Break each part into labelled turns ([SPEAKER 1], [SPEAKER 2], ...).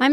[SPEAKER 1] I'm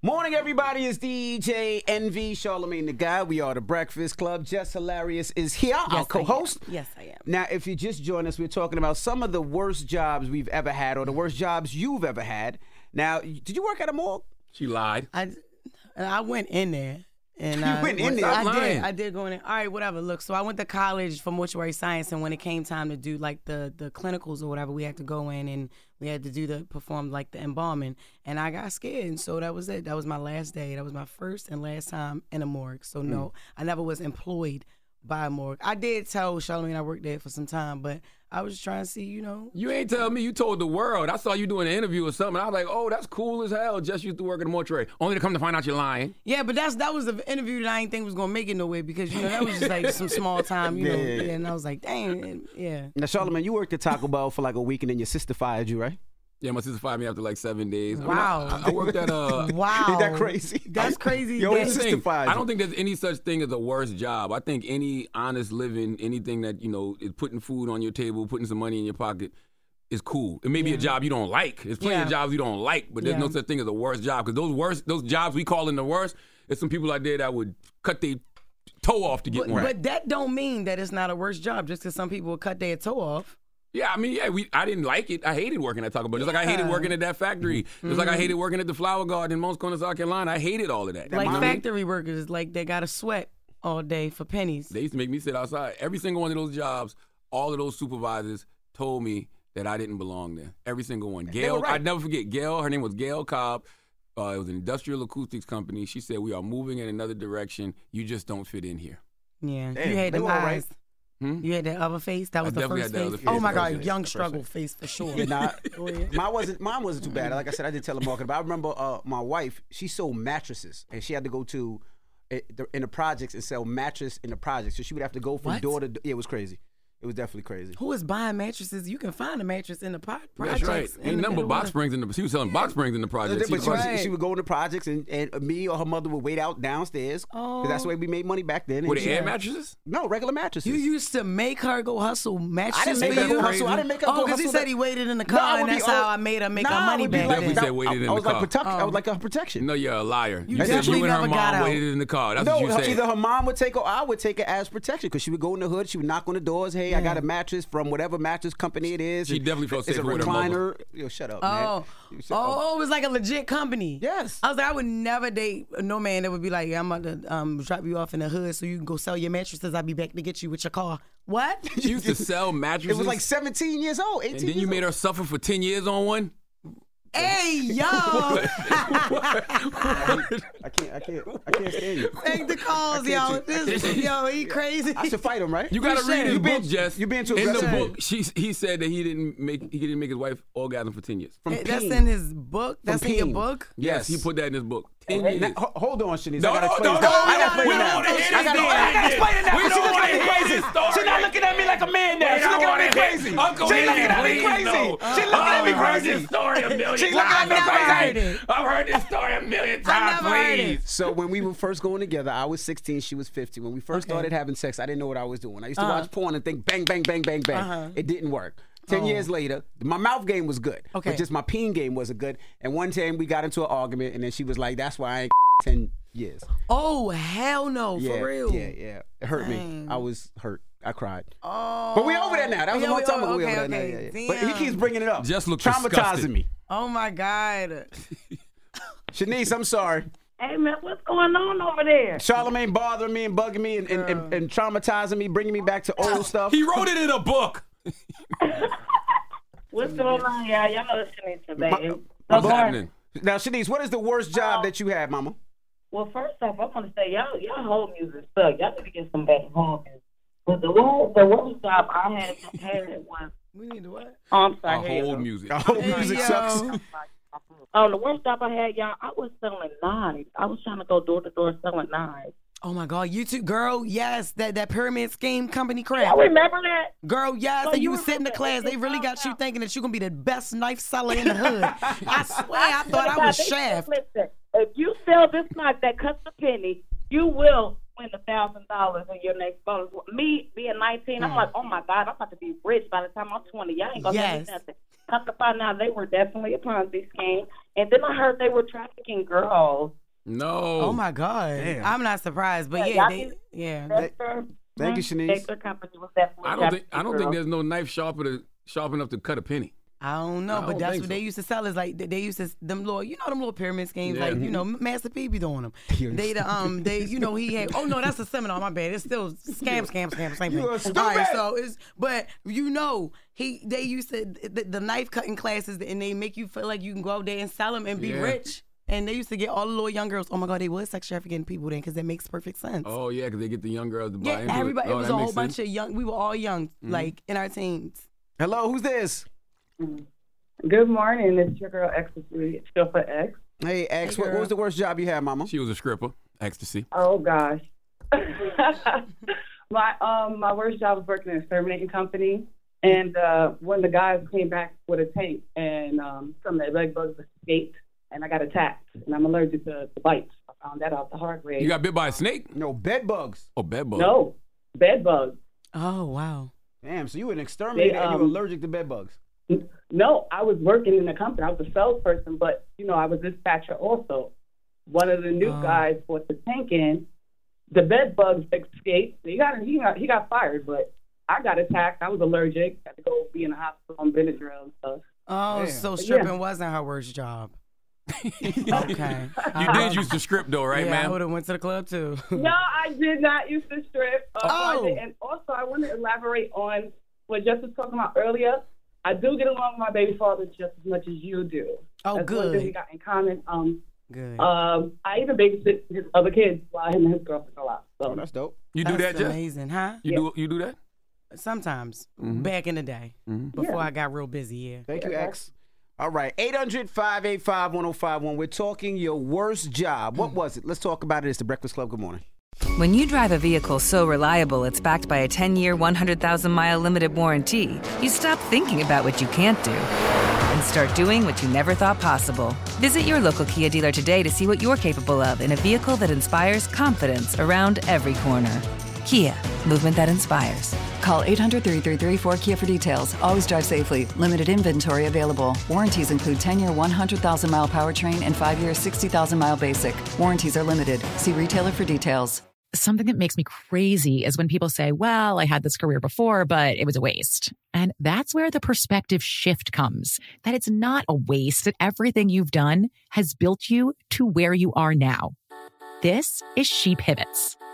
[SPEAKER 2] Morning, everybody. It's DJ NV, Charlemagne the Guy. We are the Breakfast Club. Jess Hilarious is here, our co host. Yes, I am. Now, if you just joined us, we're talking about some of the worst jobs we've ever had or the worst jobs you've ever had. Now, y- did you work at a mall?
[SPEAKER 3] She lied.
[SPEAKER 4] I and I went in there. And
[SPEAKER 2] You
[SPEAKER 4] I
[SPEAKER 2] went in there?
[SPEAKER 4] I
[SPEAKER 2] Stop
[SPEAKER 4] did.
[SPEAKER 3] lying.
[SPEAKER 4] I did go in there. All right, whatever. Look, so I went to college for mortuary science, and when it came time to do like the the clinicals or whatever, we had to go in and we had to do the perform like the embalming, and I got scared, and so that was it. That was my last day. That was my first and last time in a morgue. So
[SPEAKER 2] Mm.
[SPEAKER 4] no, I never was employed by a morgue. I did tell Charlamagne I worked there for some time, but I was trying to see, you know,
[SPEAKER 3] You ain't tell me you told the world. I saw you doing an interview or something. I was like, oh, that's cool as hell. Just used to work in the mortuary. Only to come to find out you're lying.
[SPEAKER 4] Yeah, but that's that was the interview that I didn't think was gonna make it nowhere because you know that was just like some small time, you know.
[SPEAKER 2] Yeah.
[SPEAKER 4] Yeah, and I was like, dang, and- yeah.
[SPEAKER 2] Now, Charlamagne, you worked at Taco Bell for like a week and then your sister fired you, right?
[SPEAKER 3] Yeah, my sister fired me after like seven days. I mean,
[SPEAKER 4] Wow.
[SPEAKER 3] I, I worked at uh.
[SPEAKER 4] Wow,
[SPEAKER 2] Ain't that crazy?
[SPEAKER 4] That's crazy.
[SPEAKER 2] Yo,
[SPEAKER 4] that-
[SPEAKER 2] it's
[SPEAKER 3] Thing.
[SPEAKER 2] Justified.
[SPEAKER 3] I don't think there's any such thing as a worse job. I think any honest living, anything that you know is putting food on your table, putting some money in your pocket, is cool. It may be a job you don't like. There's plenty of
[SPEAKER 4] Yeah.
[SPEAKER 3] jobs you don't like, but there's no
[SPEAKER 4] Yeah.
[SPEAKER 3] such thing as a worse job because those worst, those jobs we call in the worst, there's some people out there that would cut their toe off to get
[SPEAKER 4] but,
[SPEAKER 3] one.
[SPEAKER 4] but that don't mean that it's not a worse job just because some people will cut their toe off.
[SPEAKER 3] Yeah, I mean, yeah, we. I didn't like it. I hated working at Taco Bell. Just like I hated working at that factory. Just like I
[SPEAKER 4] Mm-hmm.
[SPEAKER 3] hated working at the flower garden in Mons Corner, South Carolina. I hated all of
[SPEAKER 4] Like
[SPEAKER 3] that. You know what I mean?
[SPEAKER 4] factory workers, like they gotta sweat all day for pennies.
[SPEAKER 3] They used to make me sit outside. Every single one of those jobs, all of those supervisors told me that I didn't belong there. Every single one. Gail, I'd never forget Gail. Her name was Gail Cobb. Uh, it was an industrial acoustics company. She said, "We are moving in another direction. You just don't fit in here."
[SPEAKER 4] yeah,
[SPEAKER 2] Damn,
[SPEAKER 4] you had
[SPEAKER 2] they
[SPEAKER 4] them
[SPEAKER 2] were all right.
[SPEAKER 4] eyes.
[SPEAKER 3] Hmm?
[SPEAKER 4] You had that other face.
[SPEAKER 3] I
[SPEAKER 4] That was the
[SPEAKER 3] definitely
[SPEAKER 4] first
[SPEAKER 3] had that
[SPEAKER 4] face.
[SPEAKER 3] other face.
[SPEAKER 4] Oh my
[SPEAKER 3] First
[SPEAKER 4] God,
[SPEAKER 3] face.
[SPEAKER 4] young struggle face for sure.
[SPEAKER 2] Nah,
[SPEAKER 4] Oh, yeah.
[SPEAKER 2] mine wasn't mine wasn't too bad. Like I said, I did telemarketing. But I remember uh, my wife. She sold mattresses, and she had to go to eh, uh, the- in the projects and sell mattress in the projects. So she would have to go from door to door. Yeah, it was crazy. It was definitely crazy.
[SPEAKER 4] Who is buying mattresses? You can find a mattress in the pot.
[SPEAKER 3] That's right. Ain't nothing but box springs in the. She was selling box springs in the
[SPEAKER 2] But
[SPEAKER 3] project.
[SPEAKER 2] she,
[SPEAKER 4] That's right.
[SPEAKER 2] she would go into projects, and, and me or her mother would wait out downstairs because that's the way we made money back then.
[SPEAKER 3] With
[SPEAKER 2] And
[SPEAKER 3] the
[SPEAKER 2] she-
[SPEAKER 3] air mattresses?
[SPEAKER 2] No, regular mattresses.
[SPEAKER 4] You used to make her go hustle mattresses.
[SPEAKER 2] I didn't make
[SPEAKER 4] for
[SPEAKER 2] her
[SPEAKER 4] you?
[SPEAKER 2] go hustle. I didn't make her
[SPEAKER 4] oh,
[SPEAKER 2] go
[SPEAKER 4] he
[SPEAKER 2] hustle.
[SPEAKER 4] said he waited in the
[SPEAKER 2] No, I
[SPEAKER 4] car, and
[SPEAKER 2] would be
[SPEAKER 4] that's how
[SPEAKER 2] all-
[SPEAKER 4] I made her make
[SPEAKER 2] Nah,
[SPEAKER 4] her
[SPEAKER 2] I
[SPEAKER 4] money
[SPEAKER 2] would be
[SPEAKER 4] back
[SPEAKER 2] like-
[SPEAKER 3] Definitely
[SPEAKER 4] then. Oh.
[SPEAKER 3] said waited
[SPEAKER 2] I,
[SPEAKER 3] in
[SPEAKER 2] I
[SPEAKER 3] the
[SPEAKER 2] was like
[SPEAKER 3] car.
[SPEAKER 2] protect- I was like a protection.
[SPEAKER 3] No, you're a liar. You, said
[SPEAKER 4] definitely
[SPEAKER 3] you and her
[SPEAKER 4] never got out.
[SPEAKER 3] mom waited in the car. That's
[SPEAKER 2] no,
[SPEAKER 3] what you said.
[SPEAKER 2] either her mom would take her, or I would take her as protection because she would go in the hood, she would knock on the doors. Hey, I got a mattress from whatever mattress company it is.
[SPEAKER 3] Mm. She
[SPEAKER 2] and
[SPEAKER 3] definitely felt
[SPEAKER 2] it's a
[SPEAKER 3] safer with her mother.
[SPEAKER 2] recliner. Yo, shut up,
[SPEAKER 4] Oh,
[SPEAKER 2] man.
[SPEAKER 4] oh,
[SPEAKER 2] You said-
[SPEAKER 4] oh, it was like a legit company.
[SPEAKER 2] Yes.
[SPEAKER 4] I was like, I would never date no man that would be like, yeah, I'm about to um, drop you off in the hood so you can go sell your mattresses. I'll be back to get you with your car. What?
[SPEAKER 3] She used to sell mattresses.
[SPEAKER 2] It was like 17 years old, 18
[SPEAKER 3] And then
[SPEAKER 2] years
[SPEAKER 3] you made her suffer for 10 years on one?
[SPEAKER 4] hey, yo.
[SPEAKER 2] old. I can't, I can't, I can't stand you.
[SPEAKER 4] Take the calls, yo. This, yo, he crazy.
[SPEAKER 2] I should fight him, right?
[SPEAKER 3] You gotta
[SPEAKER 4] You
[SPEAKER 3] read
[SPEAKER 4] said-
[SPEAKER 3] his
[SPEAKER 4] You
[SPEAKER 2] been-
[SPEAKER 3] book, Jess.
[SPEAKER 2] you been too
[SPEAKER 3] in the
[SPEAKER 2] aggressive.
[SPEAKER 3] book. She he said that he didn't make he didn't make his wife orgasm for ten years.
[SPEAKER 2] From
[SPEAKER 4] That's
[SPEAKER 2] peeing.
[SPEAKER 4] in his book. That's in your
[SPEAKER 2] peeing.
[SPEAKER 4] book.
[SPEAKER 2] Yes.
[SPEAKER 3] he put that in his book. Ten
[SPEAKER 2] Hey,
[SPEAKER 3] years.
[SPEAKER 2] now, ho- hold on, Shanice.
[SPEAKER 3] No,
[SPEAKER 2] I gotta
[SPEAKER 3] no,
[SPEAKER 2] explain
[SPEAKER 3] no,
[SPEAKER 2] it
[SPEAKER 3] no,
[SPEAKER 2] now. I
[SPEAKER 3] no,
[SPEAKER 2] gotta
[SPEAKER 3] we
[SPEAKER 2] explain it
[SPEAKER 3] don't
[SPEAKER 2] now.
[SPEAKER 3] wanna
[SPEAKER 2] I
[SPEAKER 3] hear
[SPEAKER 2] gotta, I gotta
[SPEAKER 3] this bullshit.
[SPEAKER 2] explain it now.
[SPEAKER 3] We
[SPEAKER 2] 'cause
[SPEAKER 3] don't
[SPEAKER 2] she looking
[SPEAKER 3] wanna
[SPEAKER 2] at me
[SPEAKER 3] hear
[SPEAKER 2] crazy.
[SPEAKER 3] this story.
[SPEAKER 2] She not looking at me like a man now.
[SPEAKER 3] We
[SPEAKER 2] She
[SPEAKER 3] don't
[SPEAKER 2] looking at me
[SPEAKER 3] wanna hear-
[SPEAKER 2] crazy.
[SPEAKER 3] Uncle
[SPEAKER 2] She
[SPEAKER 3] Henry,
[SPEAKER 2] looking at me
[SPEAKER 3] please,
[SPEAKER 2] crazy.
[SPEAKER 3] no.
[SPEAKER 2] She looking at me
[SPEAKER 3] I've heard
[SPEAKER 2] crazy.
[SPEAKER 3] this story a million
[SPEAKER 2] She looking at me
[SPEAKER 4] times. I've never
[SPEAKER 2] crazy.
[SPEAKER 4] heard it.
[SPEAKER 3] I've heard this story a million
[SPEAKER 4] times, never heard it. please.
[SPEAKER 2] So when we were first going together, I was 16, she was 15. When we first started having sex, I didn't know what I was doing. I used to
[SPEAKER 4] Uh-huh.
[SPEAKER 2] watch porn and think bang, bang, bang, bang, bang. It didn't work. Ten years later, my mouth game was good,
[SPEAKER 4] Oh. Okay.
[SPEAKER 2] but just my peen game wasn't good. And one time we got into an argument, and then she was like, "That's why I ain't ten years."
[SPEAKER 4] Oh, hell no.
[SPEAKER 2] yeah,
[SPEAKER 4] for real.
[SPEAKER 2] Yeah, yeah. It hurt me. I was hurt. I cried.
[SPEAKER 4] Oh.
[SPEAKER 2] But we over that now. That was
[SPEAKER 4] Yeah,
[SPEAKER 2] a long
[SPEAKER 4] we
[SPEAKER 2] time
[SPEAKER 4] over-
[SPEAKER 2] ago. we
[SPEAKER 4] okay,
[SPEAKER 2] over that
[SPEAKER 4] okay.
[SPEAKER 2] now. Yeah, yeah. But he
[SPEAKER 4] Damn.
[SPEAKER 2] keeps bringing it up.
[SPEAKER 3] Just look
[SPEAKER 2] traumatizing
[SPEAKER 3] disgusted.
[SPEAKER 2] me.
[SPEAKER 4] Oh, my God.
[SPEAKER 2] Shanice, I'm sorry.
[SPEAKER 5] Hey man, what's going on over there?
[SPEAKER 2] Charlemagne bothering me and bugging me and, and, and, and traumatizing me, bringing me back to old stuff.
[SPEAKER 3] He wrote it in a book.
[SPEAKER 5] What's going on, y'all? Y'all know listening to
[SPEAKER 2] My-
[SPEAKER 5] baby.
[SPEAKER 3] What's
[SPEAKER 5] Okay.
[SPEAKER 3] happening?
[SPEAKER 2] Now, Shanice, what is the worst job that you had, Mama?
[SPEAKER 5] Well, first off, I want to say y'all y'all whole music suck. Y'all need to get some better whole music. But the worst the worst job I had had was
[SPEAKER 4] we need to what?
[SPEAKER 5] oh, I'm
[SPEAKER 3] Our
[SPEAKER 5] sorry. here you
[SPEAKER 3] whole
[SPEAKER 5] go.
[SPEAKER 3] music.
[SPEAKER 2] Our whole music
[SPEAKER 4] yo.
[SPEAKER 2] sucks.
[SPEAKER 5] Um, the worst job I had, y'all, I was selling knives. I was trying to go door to door selling knives.
[SPEAKER 4] Oh, my God. You too, girl. Yes. That, that pyramid scheme company crap.
[SPEAKER 5] Y'all remember that?
[SPEAKER 4] Girl, yes,
[SPEAKER 5] So
[SPEAKER 4] and you
[SPEAKER 5] Oh, you
[SPEAKER 4] were sitting in the
[SPEAKER 5] remember
[SPEAKER 4] class.
[SPEAKER 5] that
[SPEAKER 4] They
[SPEAKER 5] it
[SPEAKER 4] really
[SPEAKER 5] found
[SPEAKER 4] got you
[SPEAKER 5] out.
[SPEAKER 4] thinking that you're gonna be the best knife seller in the hood. I swear, I thought I
[SPEAKER 5] God,
[SPEAKER 4] was
[SPEAKER 5] they said,
[SPEAKER 4] shaft.
[SPEAKER 5] Listen, if you sell this knife that cuts a penny, you will win a thousand dollars in your next bonus. Me being nineteen, I'm like, oh my god, I'm about to be rich by the time I'm twenty. Y'all ain't gonna
[SPEAKER 4] Mm. Yes.
[SPEAKER 5] tell me nothing. Come to find out, they were definitely a Ponzi scheme. And then I heard they were trafficking girls.
[SPEAKER 3] No.
[SPEAKER 4] Oh my god, I'm not surprised, but yeah,
[SPEAKER 5] Yeah, y'all
[SPEAKER 4] they,
[SPEAKER 5] did-
[SPEAKER 4] yeah.
[SPEAKER 5] Dexter,
[SPEAKER 2] Thank you,
[SPEAKER 5] mhm,
[SPEAKER 2] Shanice.
[SPEAKER 5] Dexter Company was definitely
[SPEAKER 3] I don't think
[SPEAKER 5] trafficking
[SPEAKER 3] I don't think
[SPEAKER 5] girls.
[SPEAKER 3] there's no knife sharper to sharp enough to cut a penny.
[SPEAKER 4] I don't know,
[SPEAKER 3] I
[SPEAKER 4] but
[SPEAKER 3] don't
[SPEAKER 4] that's
[SPEAKER 3] think
[SPEAKER 4] what they
[SPEAKER 3] so.
[SPEAKER 4] used to sell. Is like they- they used to them little, you know, them little pyramid schemes.
[SPEAKER 3] Yeah. Mm-hmm.
[SPEAKER 4] Like you know, Master P be doing them.
[SPEAKER 2] You're-
[SPEAKER 4] They the um, they you know he had. Oh no, that's a seminar. My bad. It's still scam, scam, scam, same thing.
[SPEAKER 2] You are
[SPEAKER 4] All right,
[SPEAKER 2] stupid.
[SPEAKER 4] so it's but you know he they used to the, the knife cutting classes and they make you feel like you can go out there and sell them and be
[SPEAKER 3] Yeah.
[SPEAKER 4] rich. And they used to get all the little young girls. Oh my God, they was sex trafficking people then because that makes perfect sense.
[SPEAKER 3] Oh yeah, because they get the young girls to buy
[SPEAKER 4] yeah,
[SPEAKER 3] into
[SPEAKER 4] everybody.
[SPEAKER 3] It,
[SPEAKER 4] It
[SPEAKER 3] Oh,
[SPEAKER 4] was
[SPEAKER 3] that
[SPEAKER 4] a
[SPEAKER 3] makes
[SPEAKER 4] whole bunch
[SPEAKER 3] sense. Mm-hmm.
[SPEAKER 4] of young. We were all young, like in our teens.
[SPEAKER 2] Hello, who's this?
[SPEAKER 5] Good morning, it's your girl Ecstasy, it's still for X.
[SPEAKER 2] Hey, X, what, what was the worst job you had, Mama?
[SPEAKER 3] She was a stripper. Ecstasy.
[SPEAKER 5] Oh gosh. my um my worst job was working in a exterminating company and uh one of the guys came back with a tank and um some of the leg bugs escaped and I got attacked and I'm allergic to, to bites. I found that out the hard way.
[SPEAKER 3] You got bit by a snake?
[SPEAKER 2] No, bed bugs.
[SPEAKER 3] Oh, bed bug.
[SPEAKER 5] no, bed bugs.
[SPEAKER 4] Oh wow.
[SPEAKER 2] Damn, so you were an exterminator and you were
[SPEAKER 5] um,
[SPEAKER 2] allergic to bed bugs.
[SPEAKER 5] No, I was working in the company. I was a salesperson, but you know, I was dispatcher also. One of the new
[SPEAKER 4] Oh.
[SPEAKER 5] guys brought the tank in. The bed bugs escaped. He got he got he got fired, but I got attacked. I was allergic. had to go be in the hospital on Benadryl and stuff.
[SPEAKER 4] Oh,
[SPEAKER 2] Damn.
[SPEAKER 4] so
[SPEAKER 5] Yeah.
[SPEAKER 4] stripping wasn't her worst job. Okay.
[SPEAKER 3] You did use the strip though, right,
[SPEAKER 4] yeah, I
[SPEAKER 3] man?
[SPEAKER 4] would have went to the club too.
[SPEAKER 5] No, I did not use the strip. Uh,
[SPEAKER 4] Oh.
[SPEAKER 5] I did- And also, I want to elaborate on what Jess was talking about earlier. I do get along with my baby father just as much as you do. That's
[SPEAKER 4] Oh,
[SPEAKER 5] one
[SPEAKER 4] good.
[SPEAKER 5] thing we got in common. Um,
[SPEAKER 4] Good.
[SPEAKER 5] Um, I even babysit his other kids while him and his girlfriend go out.
[SPEAKER 2] Oh,
[SPEAKER 5] So
[SPEAKER 2] that's dope.
[SPEAKER 3] you do that,
[SPEAKER 4] That's
[SPEAKER 3] Jeff?
[SPEAKER 4] amazing, huh?
[SPEAKER 3] You do you do that?
[SPEAKER 4] Sometimes
[SPEAKER 3] Mm-hmm.
[SPEAKER 4] back in the day before I got real busy. Yeah.
[SPEAKER 2] Thank you, X. All right, 800 585 1051. We're talking your worst job. What was it? Let's talk about it. It's the Breakfast Club. Good morning.
[SPEAKER 6] When you drive a vehicle so reliable it's backed by a 10 year, 100,000 mile limited warranty, you stop thinking about what you can't do and start doing what you never thought possible. Visit your local Kia dealer today to see what you're capable of in a vehicle that inspires confidence around every corner. Kia, movement that inspires.
[SPEAKER 7] Call 800 333 kia for details. Always drive safely. Limited inventory available. Warranties include 10 year 100,000 mile powertrain and 5 year 60,000 mile basic. Warranties are limited. See retailer for details.
[SPEAKER 8] Something that makes me crazy is when people say, Well, I had this career before, but it was a waste. And that's where the perspective shift comes that it's not a waste, that everything you've done has built you to where you are now. This is She Pivots,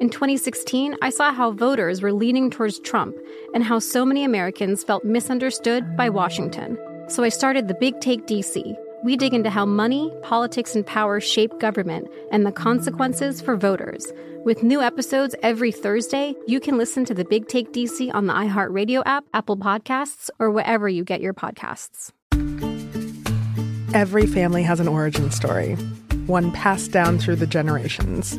[SPEAKER 1] In 2016, I saw how voters were leaning towards Trump and how so many Americans felt misunderstood by Washington. So I started the Big Take DC. We dig into how money, politics, and power shape government and the consequences for voters. With new episodes every Thursday, you can listen to the Big Take DC on the iHeartRadio app, Apple Podcasts, or wherever you get your podcasts.
[SPEAKER 3] Every family has an origin story, one passed down through the generations.